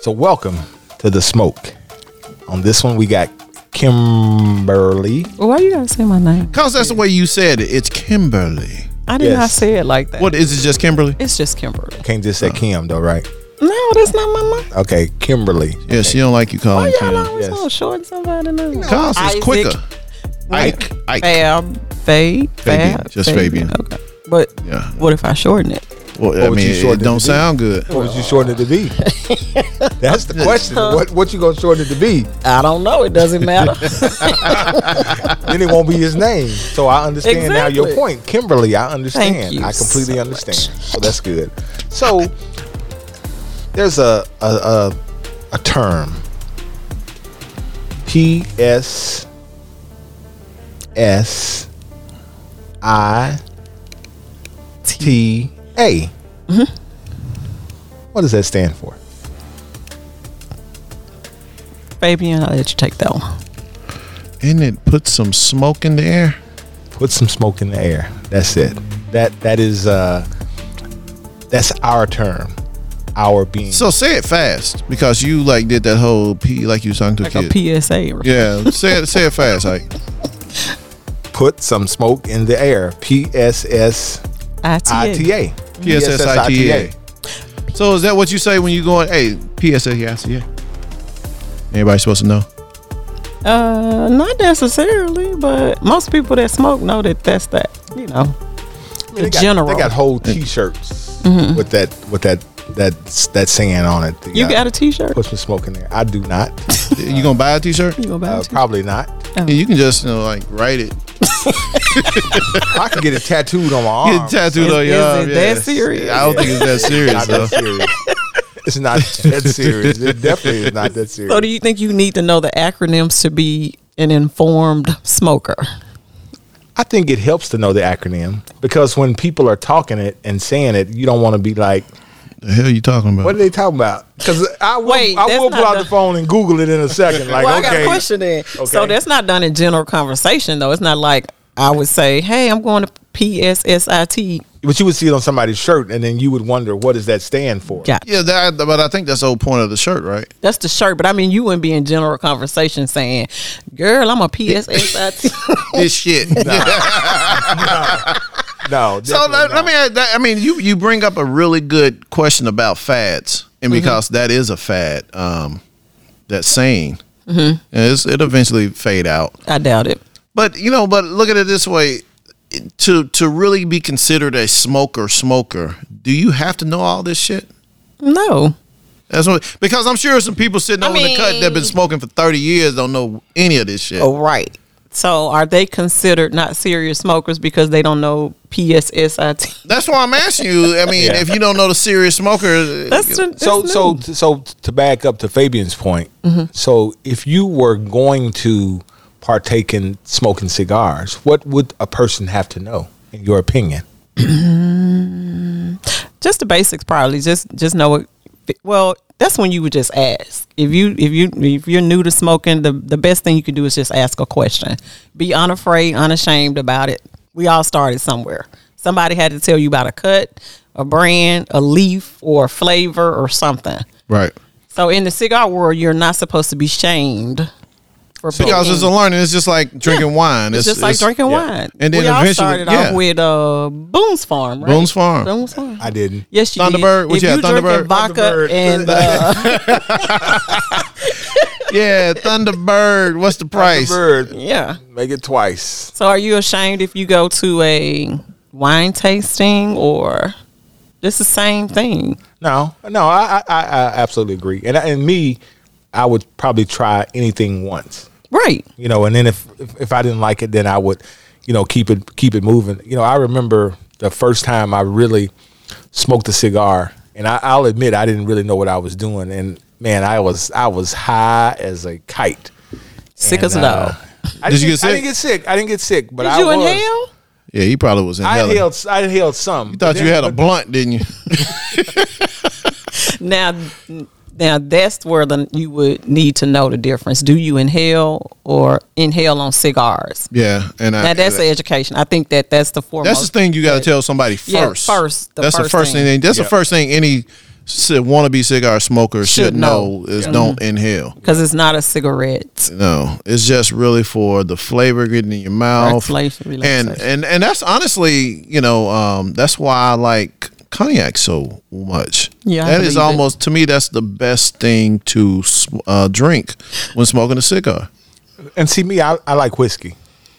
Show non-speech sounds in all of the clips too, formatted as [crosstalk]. So welcome to the smoke. On this one, we got Kimberly. Well, why you gotta say my name? Cause that's the way you said it. It's Kimberly. I did not Yes. say it like that. What is it? Just Kimberly? It's just Kimberly. Can't just say Kim though, right? No, that's not my name. Okay, Kimberly. Yeah, she don't like you Why calling y'all Kim. always Yes. so short somebody name? Cause Isaac, it's quicker. Ike. Ike. Fab, Fade, Fabian, Fab, just Fabian. Okay, but Yeah. what if I shorten it? Well, What I would mean, you shorten it it don't to? sound good. What would you shorten it to be? That's the question. What what you gonna shorten it to be? I don't know. It doesn't [laughs] matter. Then it won't be his name. So I understand now your Exactly. point, Kimberly. I understand. Thank you I completely so understand. So that's good. So there's a a a, a term. P S S I T A. Mm-hmm. What does that stand for? Fabian, I'll let you take that one. And it puts some smoke in the air. put some smoke in the air. That's it. That that is uh that's our term. Our being So say it fast because you like did that whole P like you was talking to Like a kid. a PSA. yeah, say it say it fast, Ike. put some smoke in the air. P S S I T ITA. A. PSSITA. So is that what you say when you going? Hey, PSSITA. Everybody supposed to know. Uh, not necessarily, but most people that smoke know that that's that. You know, They the got- general. Mm-hmm. They got whole T-shirts with that with that that that saying on it. They you got a T-shirt? put some smoke in there. I do not. You gonna buy a T-shirt? You go buy [laughs] Uh, a t-shirt? probably not. Yeah, you can just you know, like write it. I could get it tattooed on my arm. Get tattooed Is- on is your arm. it yeah. that serious? I don't think it's that serious Not though. that serious. It's not that serious. It definitely is not that [laughs] serious. So, do you think you need to know the acronyms to be an informed smoker? I think it helps to know the acronym because when people are talking it and saying it, you don't want to be like, The hell you talking about? "What are they talking about?" Because I will, Wait, I that's will pull not out the the- phone and Google it in a second. [laughs] Like, well, I got okay, a question then. So, Okay. that's not done in general conversation, though. It's not like I would say, hey, I'm going to PSSIT. but you would see it on somebody's shirt, and then you would wonder, "What does that stand for?" Got Yeah, that, but I think that's the whole point of the shirt, [laughs] right? That's the shirt, but I mean, you wouldn't be in general conversation saying, girl, I'm a PSSIT. This shit. No, so definitely let, not. let me. add that- I mean, you you bring up a really good question about fads, and because that is a fad, um, that saying, mm-hmm. it's, it eventually fade out. I doubt it. But you know, but look at it this way: to to really be considered a smoker, smoker, do you have to know all this shit? No. That's what, because I'm sure some people sitting I over in the cut that mean- been smoking for 30 years don't know any of this shit. Oh, right. So, are they considered not serious smokers because they don't know PSSIT? That's why I'm asking you. I mean, Yeah. if you don't know the serious smoker, That's, that's so new. so so to back up to Fabian's point, so if you were going to partake in smoking cigars, what would a person have to know, in your opinion? just the basics probably just just know what well that's when you would just ask if you if you if you're new to smoking the the best thing you can do is just ask a question be unafraid unashamed about it we all started somewhere somebody had to tell you about a cut a brand a leaf or a flavor or something right. so in the cigar world you're not supposed to be shamed for Because picking. it's a learning. It's just like drinking wine. It's just like drinking wine And then we all eventually- started yeah. off with uh boone's farm right? Boone's Farm. boone's farm I didn't. Yes, you Thunderbird? Did. What if you had, you drinking Thunderbird? vodka Thunderbird. and [laughs] uh, Yeah, Thunderbird. What's the price? Bird, yeah, make it twice. so are you ashamed if you go to a wine tasting or it's the same thing? No, no, I, I, I I absolutely agree. And I- and me, I would probably try anything once, Right. you know. And then if, if if I didn't like it, then I would, you know, keep it keep it moving. You know, I remember the first time I really smoked a cigar, and I, I'll admit I didn't really know what I was doing. And man, I was I was high as a kite, Sick And, as a uh, dog. I Did didn't you get- get I didn't get sick. I didn't get sick, but Did I you was. inhale? Yeah, he probably was in I hell. You inhaled. I inhaled some. You thought you had a blunt, didn't you? Now, now that's where the, you would need to know the difference. Do you inhale or inhale on cigars? yeah, and I, Now that's the education. I think that that's the foremost. that's the thing you got to tell somebody Yeah, first. first, the that's the first first thing. thing. That's Yeah. the first thing any said wannabe cigar smoker should, Should know. Mm-hmm. know is don't inhale. because it's not a cigarette. No, it's just really for the flavor getting in your mouth, Relaxation, Oh, and relaxation. and and that's honestly, you know, um, that's why I like cognac so much. Yeah, I that is believe it. almost to me that's the best thing to s- uh, drink when smoking a cigar. And see me, I, I like whiskey.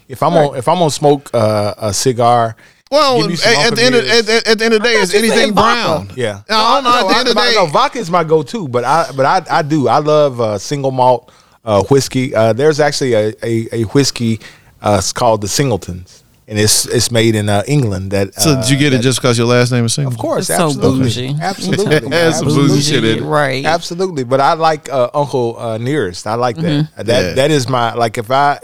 If I'm on, if I'm gonna smoke uh, a cigar, Well, Give me at, some at the end of, Alcatraz. at, at- at the end of the day, thought is you said anything vodka. brown? yeah. No, I don't know. At the end of the I- day, no, vodka is my go-to, but I but I, I do I love uh, single malt uh, whiskey. Uh, there's actually a a, a whiskey uh, it's called the Singletons, and it's it's made in uh, England. That so uh, did you get it just because your last name is single? Of course, It's so absolutely, bougie. [laughs] absolutely, That's some bougie shit in it. Right. Absolutely, but I like uh, Uncle uh, Nearest. I like that. That Yeah. that is my like. If I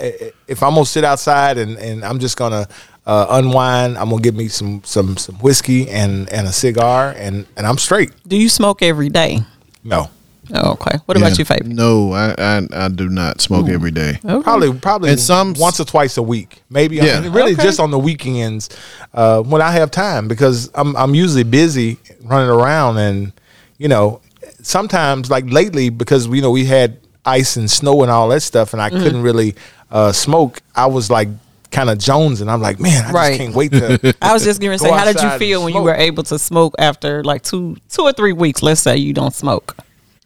if I'm gonna sit outside and and I'm just gonna uh, unwind, I'm gonna get me some some some whiskey and and a cigar, and and I'm straight. Do you smoke every day? No, Oh, okay. What Yeah. about you, Faith? No, I, I I do not smoke every day. Okay. probably probably And some- once or twice a week, maybe. Yeah. Yeah. Really, Okay. just on the weekends uh, when I have time because I'm I'm usually busy running around and you know sometimes like lately because you know we had ice and snow and all that stuff and I Mm-hmm. couldn't really uh, smoke. I was like kind of Jones and I'm like, man, I Right. just can't wait [laughs] to. I was just going to Go say, how did you outside and feel when you smoke. were able to smoke after like two, two or three weeks? Let's say you don't smoke.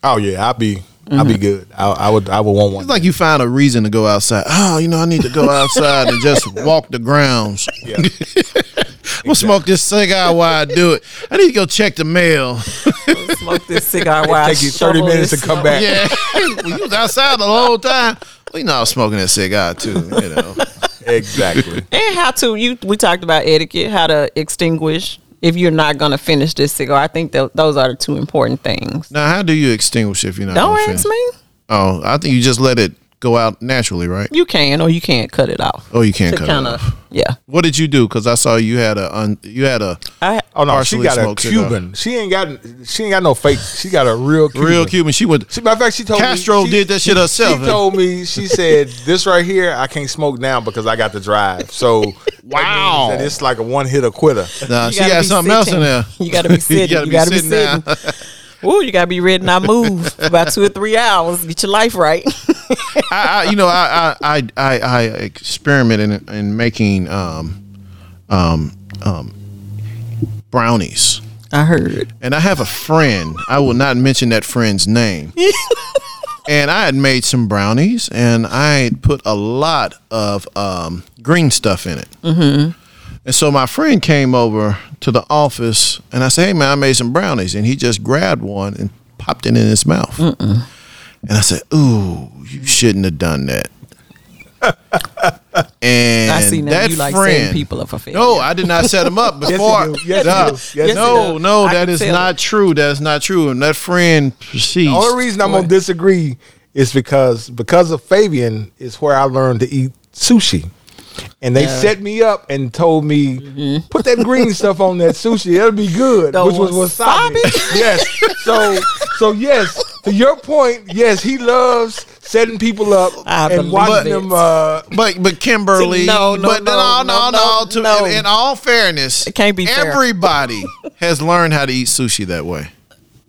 oh yeah, I'll be I'll Mm-hmm. be good. I, I would I would want one. It's like you find a reason to go outside. Oh, you know, I need to go outside and [laughs] just walk the grounds. [laughs] Yeah. I'm gonna smoke this cigar while I do it. I need to go check the [laughs] mail. Smoke [laughs] this cigar while I Take you 30 shovel minutes to this come smoke. back. Yeah, [laughs] well, you was outside the whole time. Well, you know, I was smoking that cigar too. You know, Exactly. And how to you? We talked about etiquette, how to extinguish if you're not going to finish this cigar. I think tho- those are the two important things. now how do you extinguish if you're not? Don't gonna ask finish? me. Oh, I think you just let it go out naturally, right? You can or you can't cut it off. Oh, you can't to cut kind it of off. yeah. What did you do? Because I saw you had a un, you had a I Oh no, she Partially got a smoked cigar. Cuban. She ain't got she ain't got no fake. She got a real Cuban. real Cuban. She went. She, matter of fact, she told Castro me she- did that shit herself. She told me she said this right here. I can't smoke now because I got to drive. So that [laughs] Wow. means that it's like a one hit or quitter. Nah, You she gotta got be something else in sitting. there. You [laughs] gotta be sitting. gotta You gotta be down. Ooh, you gotta be ready to not move [laughs] for about two or three hours. Get your life right. I, I you know I I I, I, I experiment in, in making um, um, um, brownies, [laughs] I heard. and I have a friend. I will not mention that [laughs] friend's name. and I had made some brownies, and I had put a lot of um, green stuff in it. Mm-hmm. And so my friend came over to the office, and I said, "Hey man, I made some brownies," and he just grabbed one and popped it in his mouth. And I said, "Ooh, you shouldn't have done that." [laughs] and I see now that you like setting friend, people up for failure. no, I did not set [laughs] him up you before. do. Yes, you Nah. do. Yes, you do. no, no, I that can is tell not true. That is not true. And that friend proceeds. The only reason I'm gonna disagree is because because of Fabian is where I learned to eat sushi. And they set me up and told me, put that [laughs] green stuff on that sushi. It'll be good. Mm-hmm. The which was wasabi. [laughs] yes. So so yes, to your point, yes, he loves setting people up I and believe watching it. them uh, but but Kimberly, No, no, but no, no, no, to, no. In, in all fairness, it can't be fair. Everybody has learned how to eat sushi that way.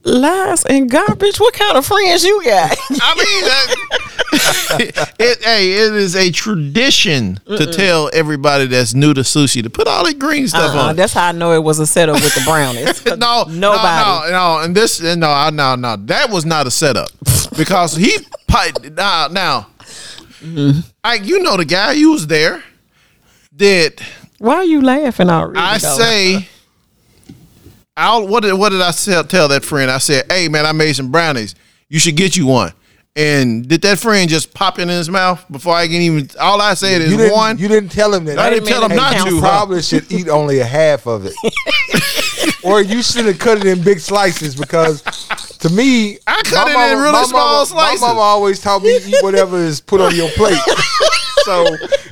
Lies and garbage. What kind of friends you [laughs] got? I mean, that, [laughs] it, hey, it is a tradition to tell everybody that's new to sushi to put all that green stuff Uh-uh, on. it. that's how I know it was a setup with the brownies. 'Cause [laughs] No, nobody. no, no, no, and this, and no, I- no, no, that was not a setup because he pi- now, now, I, you know the guy, you was there. Did Why are you laughing already? I though? say, I'll, what did what did I tell, tell that friend? I said, "Hey man, I made some brownies. You should get you one." And did that friend just pop it in his mouth before I can even? All I said you is didn't, one. You didn't tell him that. I didn't Wait a tell him minute, not count to. You huh? probably should eat only a half of [laughs] it, or you should have cut it in big slices. Because to me, I cut my it in really my small mama, slices. My mama always taught me eat whatever is put on your [laughs] plate. so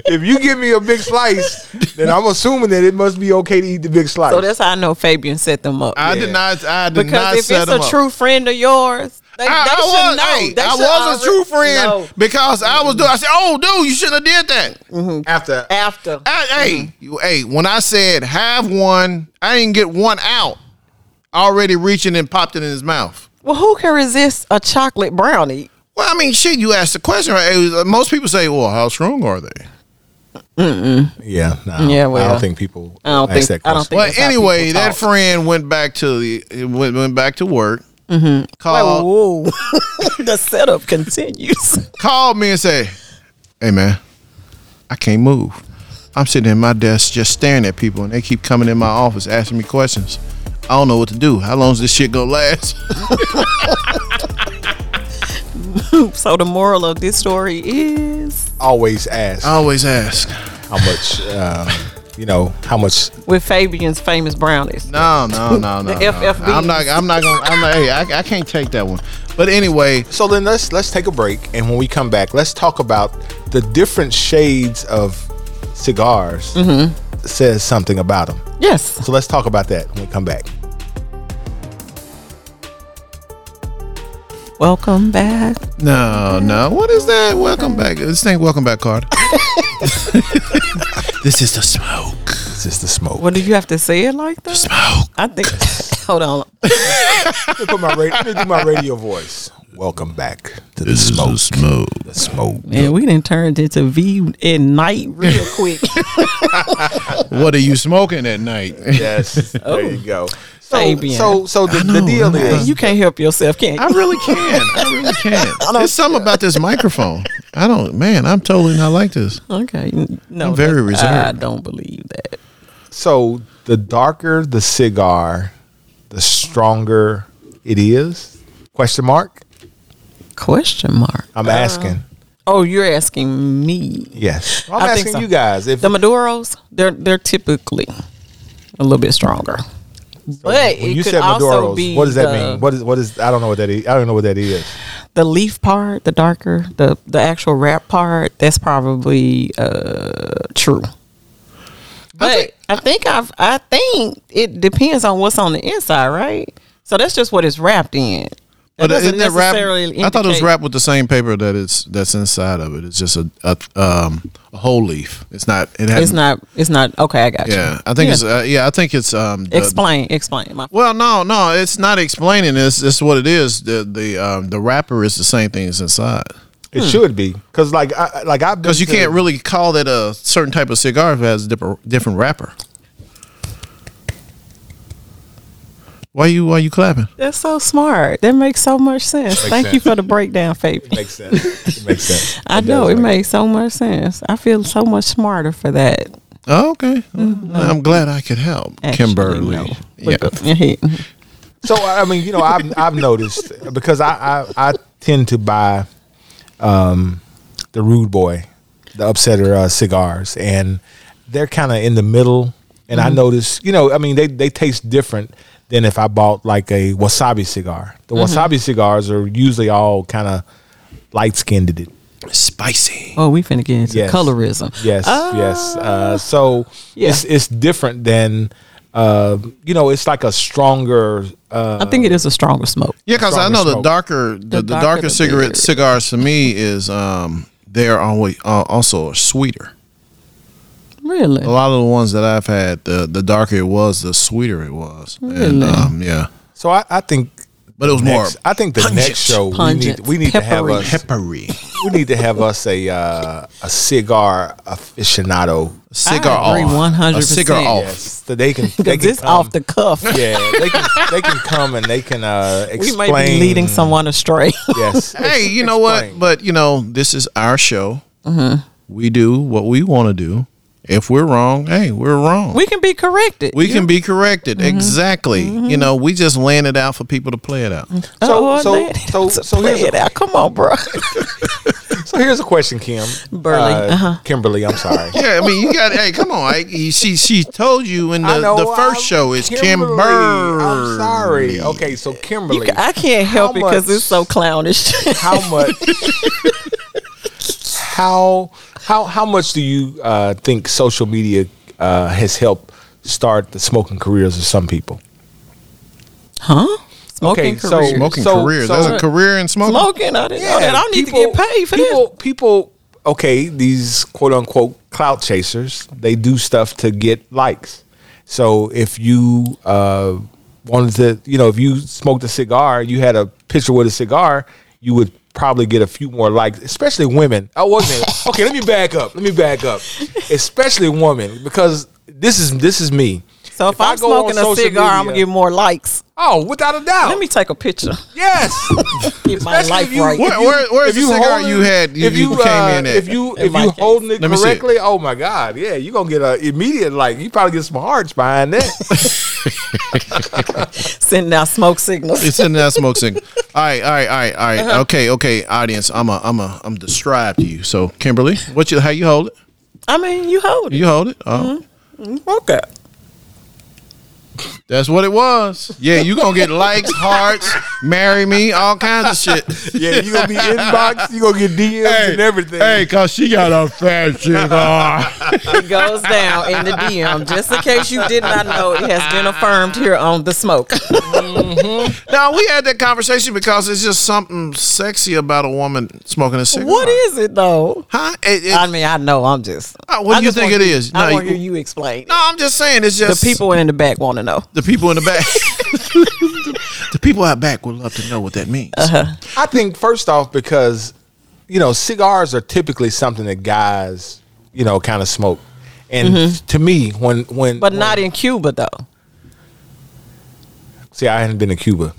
if you give me a big slice, then I'm assuming that it must be okay to eat the big slice. So that's how I know Fabian set them up. I Yeah. did not. I did not because if set it's him a up. true friend of yours, they, I, they I should was, know. hey, They I should was a already- true friend uh, No. because I was doing. I said, "Oh, dude, you shouldn't have did that." Mm-hmm. after After I, hey, you, hey, when I said have one, I didn't get one out. already reaching and popped it in his mouth. Well, who can resist a chocolate brownie? Well, I mean, shit, you asked the question, right? It was- uh, most people say, well, how strong are they? Yeah, no, Yeah, I well, don't think people I don't ask think- that I question. don't think- Well, that's how anyway, people that talk. friend went back to the went, went back to work. Mm-hmm. Called Oh, whoa. [laughs] the setup continues. called me and said, "Hey man, I can't move. I'm sitting at my desk just staring at people, and they keep coming in my office asking me questions. I don't know what to do. How long's this shit gonna last?" [laughs] [laughs] so the moral of this story is always ask I always ask. how much, uh, you know, how much. with Fabian's famous brownies. No, no, no, no. The no. FFBs. I'm not. I'm not gonna. I'm not. Hey, I, I can't take that one. But anyway, So then let's let's take a break, and when we come back, let's talk about the different shades of cigars. Mm-hmm. Says something about them. Yes. So let's talk about that when we come back. Welcome back. no, no. What is that? Welcome back. This ain't welcome back card. this is the smoke. It's just the smoke. What do you have to say it like that? Smoke. I think. [laughs] hold on. Let me put my ra- let me do my radio voice. Welcome back to the smoke. smoke. The smoke. Man, we didn't turn into V at night [laughs] real quick. What are you smoking at night? [laughs] Yes. There you go. So Oh. Fabian. so so the, the deal is you can't help yourself, can I you? really can. [laughs] I really can. There's something about this microphone. I don't, man. I'm totally not like this. Okay. No. I'm very that- reserved. I don't believe that. so the darker the cigar, the stronger it is. Question mark. Question mark. I'm asking. Oh, you're asking me. Yes. I'm I think asking so. you guys if The Maduros, they're they're typically a little bit stronger. But when it you could said also Maduros, be what does that the- mean? What is what is I don't know what that is. I don't know what that is. the leaf part, the darker, the the actual wrap part, that's probably uh true. But I think I've I think it depends on what's on the inside, right? So that's just what it's wrapped in. But uh, doesn't isn't that wrapped? necessarily I thought it was indicate- wrapped with the same paper that is that's inside of it. It's just a, a um a whole leaf. It's not. It hasn't, It's not. It's not. Okay, I got you. Yeah, I think Yeah. it's. Uh, yeah, I think it's. Um, the- Explain. Explain. My, Well, no, no, it's not explaining. It's it's what it is. The the um the wrapper is the same thing as inside. Hmm. It should be because like I like I've Because you been to- can't really call that a certain type of cigar if it has a different different wrapper. Why you why you clapping? that's so smart. That makes so much sense. Thank you sense. for the breakdown, Fabian. makes sense. It makes [laughs] sense. I does know it make- makes so much sense. I feel so much smarter for that. [laughs] Oh, okay. I'm glad I could help, Mm-hmm. Actually, Kimberly. no. Yeah. Yeah. So I mean, you know, I've I've noticed because I I, I tend to buy um the rude boy, the upsetter uh, cigars, and they're kind of in the middle. And Mm-hmm. I notice, you know, I mean, they they taste different than if I bought like a wasabi cigar. The Mm-hmm. wasabi cigars are usually all kind of light skinned. Spicy. Oh, we finna get into Yes. colorism. Yes, Ah, yes. Uh, so yeah. it's it's different than uh, you know, it's like a stronger uh, I think it is a stronger smoke. Yeah, because I Stronger know the smoke. darker the, the, darker darker the cigarette better. cigars to me is um they are always uh, also sweeter. Really? A lot of the ones that I've had, the the darker it was, the sweeter it was. And Really? um yeah. so I, I think But it was next, more I think the pungent. next show we need Pungent. we need to have Peppery. us peppery. we need to have us a uh, a cigar aficionado. Cigar I agree off. A 100%. cigar off. Yes, that they can [laughs] they Because can it's off come- the cuff. yeah they can they can come and they can uh, [laughs] we explain might be leading someone astray. Yes, hey, you know Explain. what? But you know, this is our show. Mm-hmm. We do what we want to do. If we're wrong, hey, we're wrong. We, [laughs] we Mm-hmm. can be corrected. can be corrected. Exactly. You know, we just laying it out for people to play it out. So oh, so man. so To so play here's a, it out. Come on, bro. so here's a question, Kim. Uh, Burley, uh-huh. Kimberly, I'm sorry. Yeah, I mean, you got. hey, come on. I, you- she she told you in I the, know, the first I'm- show is Kimber. Kimberly. I'm sorry. Okay, so Kimberly, I can't help it because much- it's so clownish. [laughs] how much? [laughs] how how how much do you uh, think social media uh, has helped start the smoking careers of some people? huh? Smoking Okay, so- career. Smoke- Smoking So- career. so- There's a career in smoking. Smoking. I didn't know that. I need to get paid for people, People, okay, these quote unquote clout chasers, they do stuff to get likes. So if you uh, wanted to, you know, if you smoked a cigar, you had a picture with a cigar, you would probably get a few more likes, especially women. Oh, I wasn't [laughs] okay. Let me back up. Let me back up, especially women, because this is this is me. So if, I I'm go on smoking a social cigar, I'm gonna media- get more likes. oh, without a doubt, Let me take a picture. [laughs] yes. Get my Especially life if you- right. Where, where, where's If the cigar you had? You, you came uh, in at. if you In if my you case. holding it Let me see it. correctly, oh my god, yeah, you are gonna get a immediate like. You probably get some hearts behind [laughs] that. Sending out smoke signals. It's in that smoke signal. All right, all right, all right, all right. Okay, okay, audience. I'm a, I'm a, I'm described to you. So, Kimberly, what you, how you hold it? I mean, you hold it. You hold it. Oh, Okay. that's what it was. Yeah, you gonna get likes, hearts, marry me, all kinds of [laughs] shit. yeah, you [laughs] gonna be inbox. You gonna get DMs and everything. Hey, cause she got a fat cigar. [laughs] It goes down in the DM. Just in case you did not know, it has been affirmed here on [laughs] the smoke. now we had that conversation because it's just something sexy about a woman smoking a cigar. what is it though? Huh? It, it, I mean, I know. I'm just. Uh, what I do you just think want it you- is? I No, want to you- hear you explain. no, I'm just saying it's The just people in the back want to know. The people in the back. [laughs] the people out back would love to know what that means. Uh-huh. I think first off because you know cigars are typically something that guys you know kind of smoke, and to me when when Mm-hmm. But not in Cuba though. see I hadn't been to Cuba,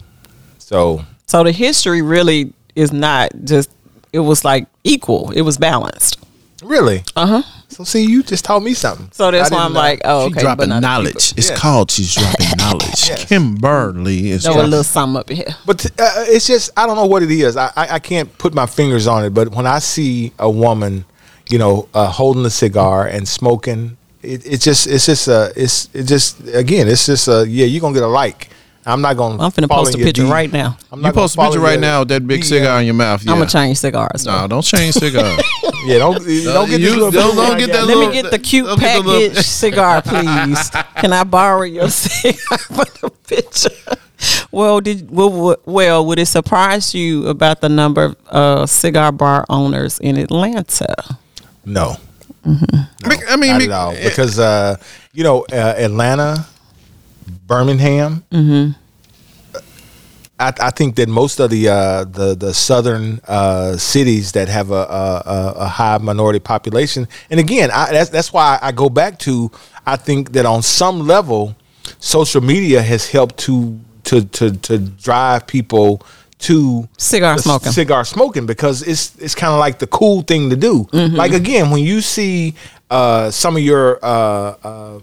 so So the history really is not just. It was like equal. It was balanced. really uh huh. So see you just taught me something. Uh-huh. So I that's didn't why I'm know. like, oh, She okay, but dropping not in knowledge. It's Yeah. called she's [laughs] dropping knowledge. Kimberly Cuba. is Throw a dropping- little something up in here. But uh, it's just I don't know what it is. I, I I can't put my fingers on it. But when I see a woman, you know, uh, holding a cigar and smoking, it, it's just it's just uh, it's it just again it's just uh, yeah you're gonna get a like. I'm not gonna. I'm finna fall post in a your picture D- right now. I'm not gonna You post a fall picture in right your now of that big DM. cigar in your mouth. Yeah. I'm gonna change cigars. No, don't change [laughs] cigar. Yeah, don't don't get Uh, this little you- don't- picture don't right get now. that Let little- me get the cute Look at the package little- [laughs] cigar, please. Can I borrow your cigar for the picture? Well, did well, well, would it surprise you about the number of uh, cigar bar owners in Atlanta? No, I mean, not be- at all. Because uh, you know uh, Atlanta, Birmingham. I, I think that most of the uh, the the southern uh, cities that have a, a a- a high minority population, and again, I, that's that's why I go back to. I think that on some level, social media has helped to to to to drive people to Cigar the smoking. cigar smoking because it's it's kind of like the cool thing to do. Mm-hmm. Like again, when you see uh, some of your, uh, uh,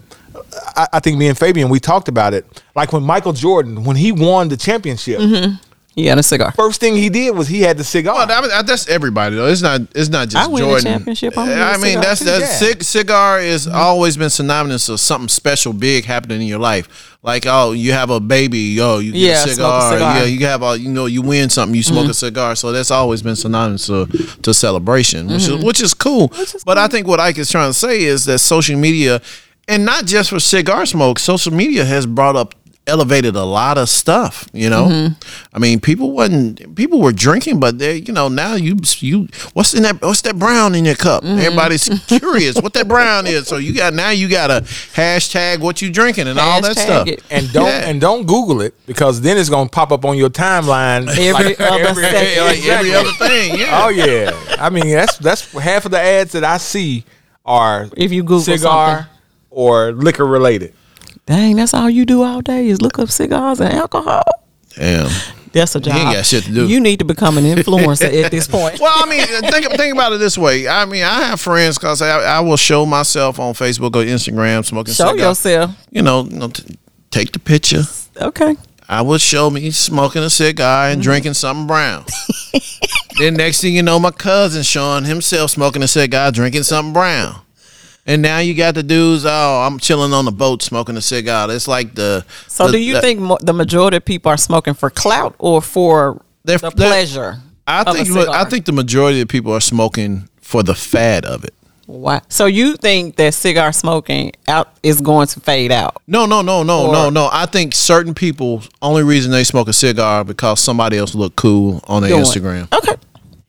I, I think me and Fabian we talked about it. Like when Michael Jordan when he won the championship, Mm-hmm. Yeah, the cigar. first thing he did was he had the cigar. Well, I mean, that's everybody though. It's not. It's not just I win the Jordan. championship, I'm winning I the mean, cigar, that's too. that Yeah. cig- cigar has always been synonymous of something special, big happening in your life. Like, oh, you have a baby. Oh, you get Yeah, a, smoke a cigar. cigar. Yeah, you have a. You know, you win something. You smoke a cigar. So that's always been synonymous to, to celebration, which is which is cool. but I think what Ike is trying to say is that social media, and not just for cigar smoke, social media has brought up elevated a lot of stuff. You know, I mean, people wasn't people were drinking, but they, you know, now you you what's in that what's that brown in your cup? Everybody's curious what that brown is. So you got now you got a hashtag what you drinking and all that Hashtag stuff. it. and don't Yeah. and don't Google it because then it's gonna pop up on your timeline Every other second. like Every other thing, yeah. oh yeah, I mean that's that's half of the ads that I see are If you Google cigar something. or liquor related. Dang, that's all you do all day is look up cigars and alcohol. Damn. That's a job. ain't got shit to do. You need to become an influencer at this [laughs] point. Well, I mean, uh, think think about it this way. I mean, I have friends because I, I will show myself on Facebook or Instagram smoking. Show cigar. yourself. You know, you know t- take the picture. Okay. I would show me smoking a cigar and drinking [laughs] something brown. then next thing you know, my cousin showing himself smoking a cigar, drinking something brown. And now you got the dudes. Oh, I'm chilling on the boat smoking a cigar. It's like the. So, the- do you the- think mo- the majority of people are smoking for clout or for They're- the they're- pleasure? I of a think look, I cigar? think the majority of people are smoking for the fad of it. Wow. So you think that cigar smoking out is going to fade out? No, no, no, no, no, Or- no. I think certain people only reason they smoke a cigar because somebody else looked cool on their Doing- Instagram. Okay,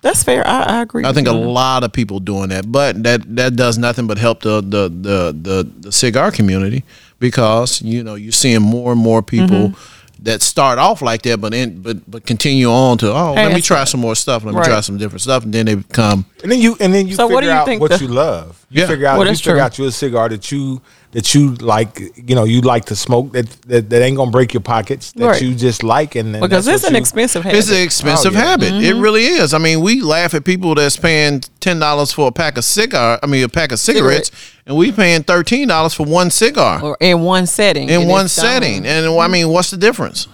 that's fair. I, I agree. I with think a you. lot of people doing that, but that that does nothing but help the the the the, the cigar community because you know you're seeing more and more people Mm-hmm. that start off like that, but end, but but continue on to oh, Hey, let me that's try some more stuff. Let Right. me try some different stuff, and then they become And then you and then you So figure what do you out think what the- you love. You Yeah. figure out Well, you that's figure true. out you a cigar that you that you like you know, you like to smoke that that, that ain't gonna break your pockets, that Right. you just like and then because that's it's what an you- expensive habit. [laughs] it's an expensive Oh, yeah. habit. It really is. I mean, we laugh at people that's paying ten dollars for a pack of cigar. I mean, a pack of cigarettes, and we paying thirteen dollars for one cigar or in one setting. in and one it's, um, setting. And I mean, what's the difference?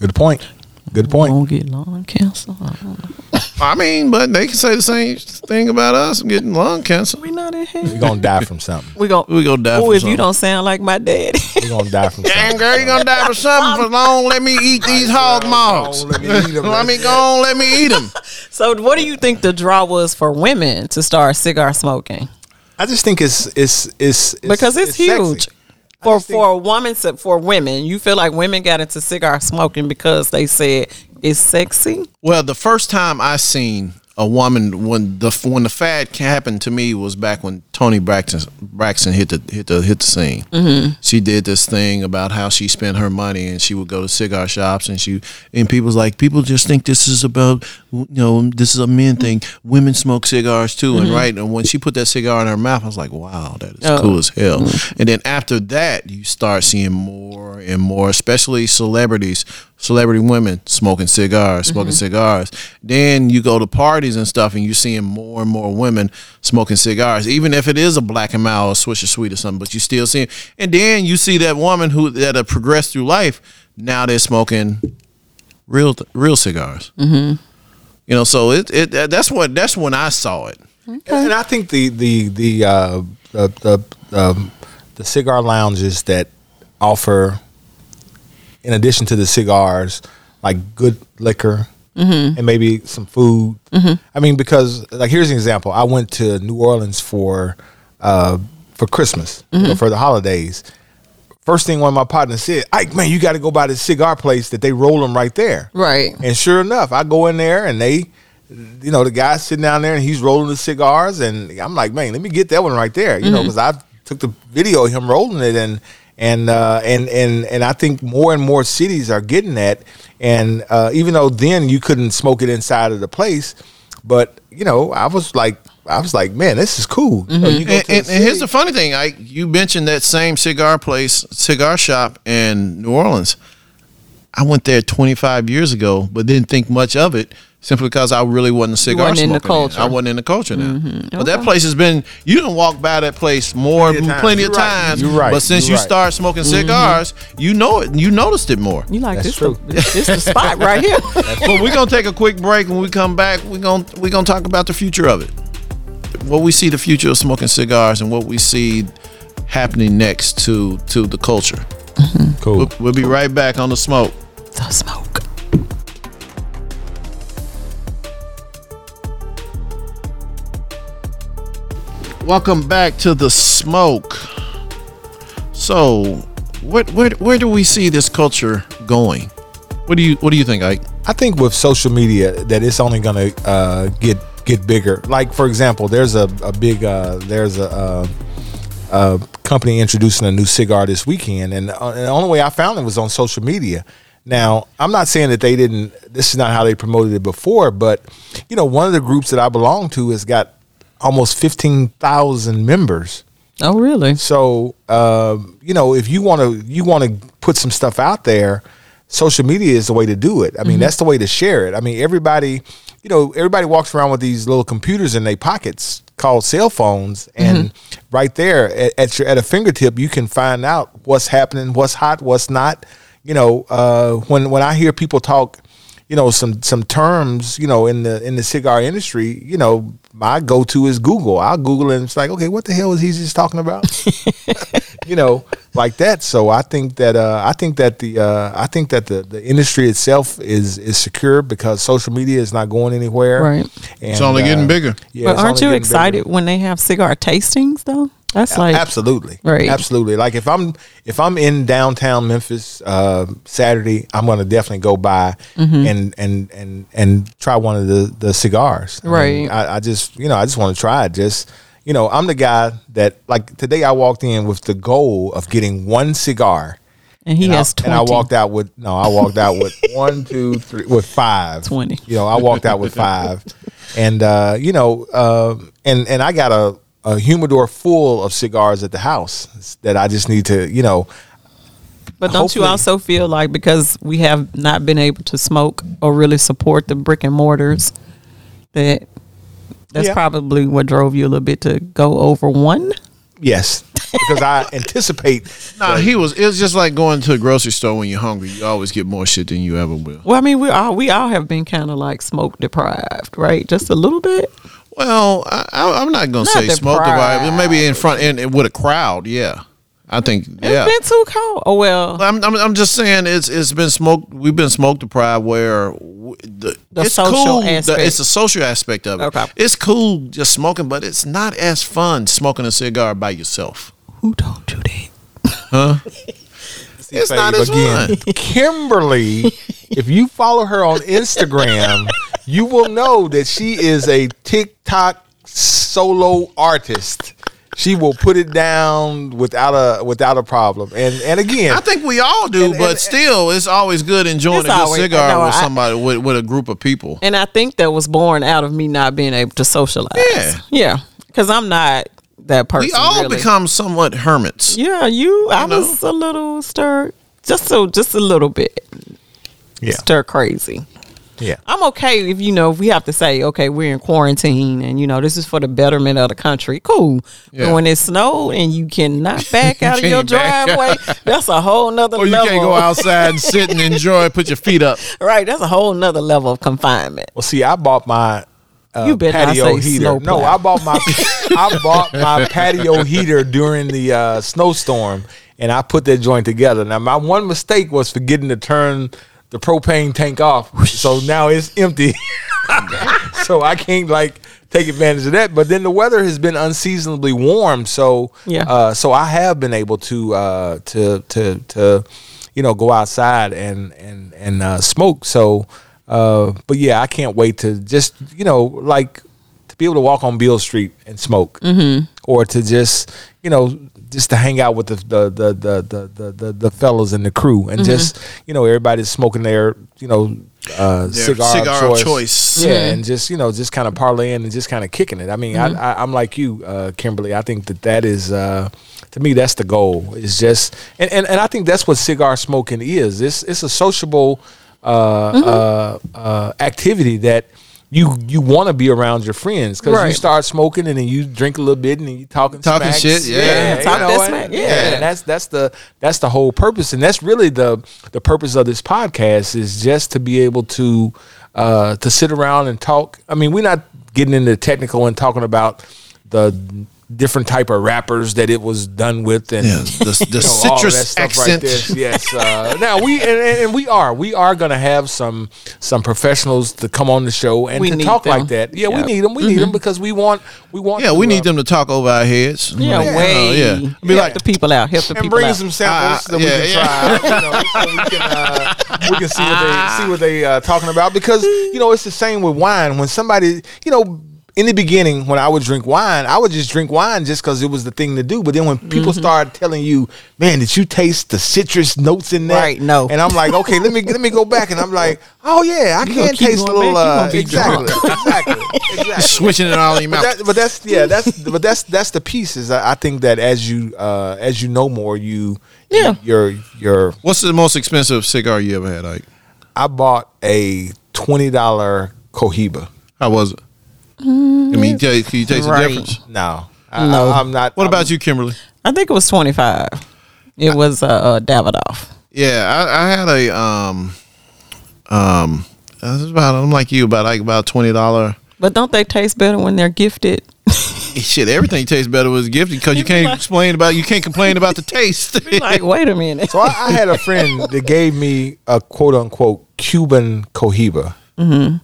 Good point. Good point. Don't get lung cancer. I don't know. I mean, but they can say the same thing about us getting lung cancer. We not in You're here. gonna die from something. We gonna. We go die. Oh, from if you something. don't sound like my daddy. [laughs] You're gonna die from Damn something. girl, you gonna die for something for long. Let me eat these hog maws. Let me eat 'em. [laughs] Let me go on, let me eat them. so, what do you think the draw was for women to start cigar smoking? I just think it's it's it's, it's Because it's, sexy. huge. For just think- for a woman to, for women, you feel like women got into cigar smoking because they said it's sexy. Well, the first time I seen a woman when the when the fad ca- happened to me was back when Tony Braxton Braxton hit the hit the hit the scene. Mm-hmm. She did this thing about how she spent her money and she would go to cigar shops and she and people's like people just think this is about you know this is a men thing. Women smoke cigars too, and right and when she put that cigar in her mouth, I was like, wow, that is Oh. cool as hell. And then after that, you start seeing more and more, especially celebrities, celebrity women smoking cigars, smoking cigars. Then you go to parties and stuff, and you're seeing more and more women smoking cigars, even if it is a Black and Mild or Swisher Sweet or something. But you still see it. And then you see that woman who that have progressed through life. Now they're smoking real real cigars. Mm-hmm. You know, so it, it that's what that's when I saw it. And, and I think the the the uh, the the, um, the cigar lounges that offer, in addition to the cigars, like good liquor and maybe some food. I mean, because like here's an example. I went to New Orleans for uh, for Christmas you know, for the holidays. First thing one of my partners said, "Ike, man, you got to go by this cigar place that they roll them right there." Right. And sure enough, I go in there and they, you know, the guy's sitting down there and he's rolling the cigars. And I'm like, man, let me get that one right there, you know, Mm-hmm. 'cause know, because I took the video of him rolling it and. And uh, and and and I think more and more cities are getting that. And uh, even though then you couldn't smoke it inside of the place, but you know I was like I was like, man, this is cool. You know, you go Mm-hmm. and, to a and, and here's city- the funny thing I you mentioned that same cigar place cigar shop in New Orleans I went there 25 years ago but didn't think much of it simply because I really wasn't a cigar wasn't in the smoker then. culture. I wasn't in the culture now but that place has been you can walk by that place more Plenty of plenty of, times. You're right. times You're right. but since You're you right. start smoking cigars you know it you noticed it more You like That's this? true. The, this the spot right [laughs] here. but we're gonna take a quick break. When we come back, we're gonna we're gonna talk about the future of it. What we see the future of smoking cigars and what we see happening next to to the culture. cool. We'll be right back on the smoke. the smoke. Welcome back to the smoke. So, what where where do we see this culture going? What do you what do you think, Ike? I think with social media that it's only going to uh, get get bigger. Like for example, there's a, a big uh, there's a, uh a company introducing a new cigar this weekend, and uh, and the only way I found it was on social media. Now I'm not saying that they didn't. This is not how they promoted it before, but you know, one of the groups that I belong to has got almost fifteen thousand members. Oh, really? So um, you know, if you want to, you want to put some stuff out there. Social media is the way to do it. I mean, that's the way to share it. I mean, everybody, you know, everybody walks around with these little computers in their pockets called cell phones, and right there at, at your at a fingertip, you can find out what's happening, what's hot, what's not. You know, uh, when when I hear people talk, you know some some terms you know in the in the cigar industry you know my go-to is google i'll google it and it's like okay what the hell is he just talking about you know like that so i think that uh i think that the uh i think that the the industry itself is is secure because social media is not going anywhere Right. And, uh, It's only getting bigger. yeah, but it's aren't only you getting bigger. excited when they have cigar tastings though? That's like absolutely Right. absolutely like if i'm if i'm in downtown memphis uh saturday i'm gonna definitely go by Mm-hmm. and and and and try one of the the cigars I mean, Right. I, I just you know i just want to try it just you know i'm the guy that like today i walked in with the goal of getting one cigar And he And I- has twenty. And I walked out with no, I walked out [laughs] with one, two, three, with five. 20. You know, I walked out with five, and uh, you know, um and and I got a, a humidor full of cigars at the house that I just need to, you know, But don't Hopefully. you also feel like because we have not been able to smoke or really support the brick and mortars, that that's Yeah. probably what drove you a little bit to go over one? yes, because I anticipate. Nah, he was. It's just like going to a grocery store when you're hungry. You always get more shit than you ever will. Well, I mean, we all we all have been kind of like smoke deprived, right? Just a little bit. Well, I, I, I'm not gonna Not say smoke deprived. deprived. but Maybe in front and with a crowd. Yeah, I think. It's Yeah, been too cold. Oh well, I'm, I'm, I'm just saying it's it's been smoke. We've been smoke deprived where w- the, The it's social cool. the- aspect. it's the social aspect of it. Okay. It's cool just smoking, but it's not as fun smoking a cigar by yourself. who told you that? It's not as [laughs] Kimberly, if you follow her on [laughs] Instagram, you will know that she is a TikTok solo artist. She will put it down without a without a problem. And and again, I think we all do, but and- still, it's always good enjoying It's a good always- cigar no, with I- somebody with, with a group of people. And I think that was born out of me not being able to socialize. Yeah. yeah, because I'm not that person. We all really. become somewhat hermits. Yeah, you. I know? was a little stir, just so, just a little bit yeah, stir crazy. yeah. I'm okay if you know if we have to say okay, we're in quarantine and you know this is for the betterment of the country. Cool. Yeah. But when it snow and you cannot back out [laughs] of Can't your back out. driveway, that's a whole [laughs] nother Or Oh, you level. can't go outside and sit and enjoy, put your feet [laughs] up. Right, that's a whole nother level of confinement. Well, see, I bought my uh, You better not patio say heater. snow no, plow. I bought my [laughs] I bought my patio heater during the uh, snowstorm, and I put that joint together. Now, my one mistake was forgetting to turn the propane tank off, so now it's empty. [laughs] so I can't like take advantage of that. But then the weather has been unseasonably warm, so Yeah. uh, so I have been able to uh, to to to you know go outside and and and uh, smoke. So, uh, but yeah, I can't wait to just you know like to be able to walk on Beale Street and smoke, mm-hmm. or to just you know just to hang out with the the the the the the, the, the fellas and the crew, and just you know everybody's smoking their you know. Uh, Their cigar, cigar of of choice, choice. yeah, and just you know, just kind of parlaying and just kind of kicking it. I mean, Mm-hmm. I, I, I'm like you, uh, Kimberly. I think that that is, uh, to me, that's the goal. It's just, and, and and I think that's what cigar smoking is. It's it's a sociable uh, Mm-hmm. uh, uh, activity that. You, you want to be around your friends because you Right. start smoking and then you drink a little bit and then you talking Talking smacks. shit, yeah. Yeah, talk that and- smack, yeah. and that's that's the that's the whole purpose and that's really the the purpose of this podcast is just to be able to uh to sit around and talk i mean we're not getting into technical and talking about the different type of rappers that it was done with and Yeah, [laughs] the, the you know, all of that citrus stuff [laughs] accent. there. Yes. Uh, now we and, and, and we are we are going to have some some professionals to come on the show and We to need talk them. like that. Yeah, we Yep. Mm-hmm. need them. We need them because we want we want. yeah, we to, need uh, them to talk over our heads. Yeah, Like, way. oh, yeah. [laughs] Help the people out. Help the and people bring out. some samples Uh, that yeah, we can yeah. [laughs] try. You know, so we can uh, we can see Ah. what they see what they uh, talking about because you know it's the same with wine. When somebody you know. In the beginning, when I would drink wine, I would just drink wine just because it was the thing to do. But then when people Mm-hmm. started telling you, "Man, did you taste the citrus notes in that?" Right, no. And I'm like, "Okay, let me let me go back." And I'm like, "Oh yeah, I You gonna can keep taste a going little back, you uh, gonna be exactly, exactly, [laughs] exactly." Switching it all in your mouth. But, that, but that's yeah, that's but that's that's the piece. Is I, I think that as you uh, as you know more, you Yeah. your your What's the most expensive cigar you ever had, Ike? I bought a twenty dollar Cohiba. How was it? I Mm, mean, can you, can you taste Right. the difference? No, I, No. I, am not. What I'm- about you, Kimberly? I think it was twenty five. It was uh, uh Davidoff. Yeah, I, I had a um, um, I was about I'm like you about like about twenty dollar. But don't they taste better when they're gifted? [laughs] Shit, everything tastes better with gifted [laughs] because you can't explain about you can't complain about the taste. [laughs] like, wait a [laughs] minute. So I, I had a [laughs] friend that gave me a quote unquote Cuban Cohiba, Mm-hmm.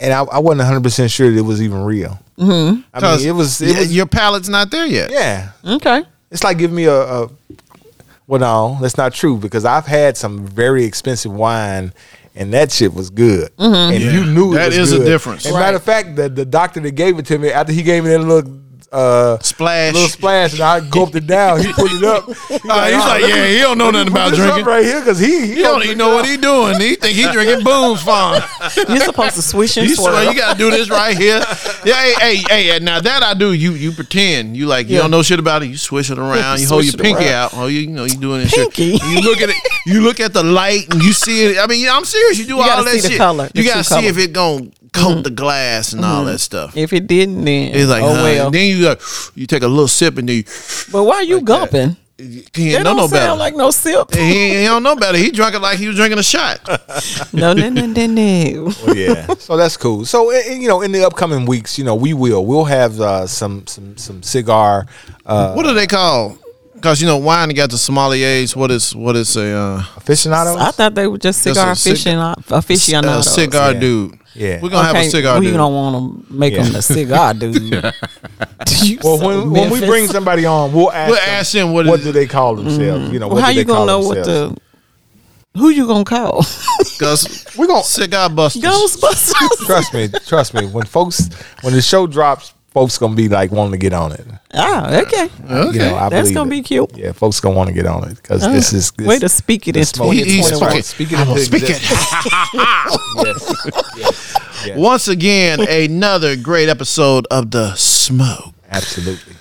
and I, I wasn't 100 percent sure that it was even real. Mm-hmm. I 'Cause mean, it was. It y- was your palate's not there yet. yeah, okay. It's like giving me a, a well, no, that's not true because I've had some very expensive wine. And that shit was good, and Yeah. you knew it That was is a good. difference. And matter of fact, the, the doctor that gave it to me after he gave me that little uh, Splash. little splash, and I go up and down. He put it [laughs] up. He's Uh, he's like, yeah, he don't know nothing about This drinking. up right here because he he, He don't even know what he doing. He think he drinking [laughs] Boom Farm. You're supposed to swish and You swear swirl. you gotta do this right here. Yeah, hey, hey, hey. and Now that I do, you you pretend you like you Yeah. don't know shit about it. You swish it around. You hold Swish your it pinky around. out. Oh, you, you know you doing this Pinky? shit. You look at it. You look at the light and you see it. I mean, yeah, I'm serious. You do gotta all that see the shit. color, the you gotta true see if it gonna coat the glass and all that stuff. if it didn't, then It's like, oh huh. well. Then you like, you take a little sip and then you but why are you gumping? you can't That know don't no sound better. like no [laughs] sip. he, he don't know better. He drank it like he was drinking a shot. no, no, no, no, no. [laughs] yeah. So that's cool. So and- and, you know, in the upcoming weeks, you know, we will we'll have uh, some some some cigar. Uh, What do they call? Because you know, wine got the sommeliers. What is what is a uh, aficionados. I thought they were just That's cigar a cig- fishing a aficionados. cigar dude? Yeah. we're gonna have a cigar we dude. don't want to make Yeah. them a [laughs] cigar dude. You well, so when, when we Memphis. bring somebody on, we'll ask We'll them, ask them what what, it- do they call themselves. You know, Mm-hmm. well, what how do they you gonna call know what themselves? the who you gonna call? Gus, We're gonna- cigar busters. [laughs] Ghostbusters. Trust me, trust me. When folks, when the show drops, folks gonna be like wanting to get on it. ah, okay. Okay. You know, I That's believe gonna it. be cute. Uh, Yeah, folks gonna want to get on it because this is this, Way to speak it in this smoke- He- he's 2021. fucking- Speaking I will into speak it. Once again, another great episode of the smoke. Absolutely.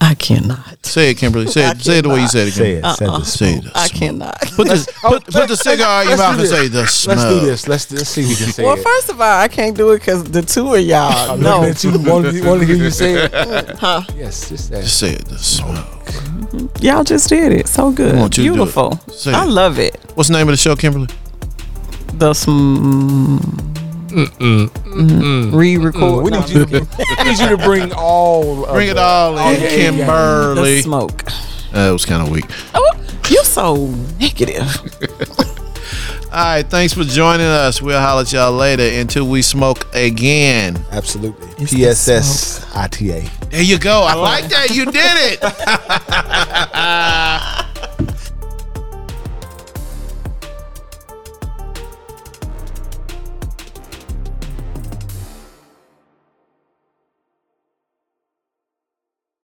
I cannot. Say it, Kimberly. Say it. Say it the way you said it. Say Kimberly. Uh-uh. it. Say the Say smoke. it. I cannot. Put, this, Oh, put, put the let's- cigar in your let's mouth do this. and say the smoke. Let's do this. Let's let's see if we can say Well, it. first of all, I can't do it because the two of [laughs] y'all. I'm No, looking at you. Want to want to hear you say it? [laughs] huh? Yes, just that. Say it. The smoke. Y'all just did it so good, I want you to do it. beautiful. Say I it. love it. What's the name of the show, Kimberly? The sm- re-record. We no, need you. To, we need you to bring all. of Bring it the- all in, Oh, yeah, yeah. Kimberly. the smoke. That was kind of weak. Oh, you so negative. All right, thanks for joining us. We'll holler at y'all later until we smoke again. Absolutely. It's the PSS ITA. [laughs] There you go. I like that. You did it.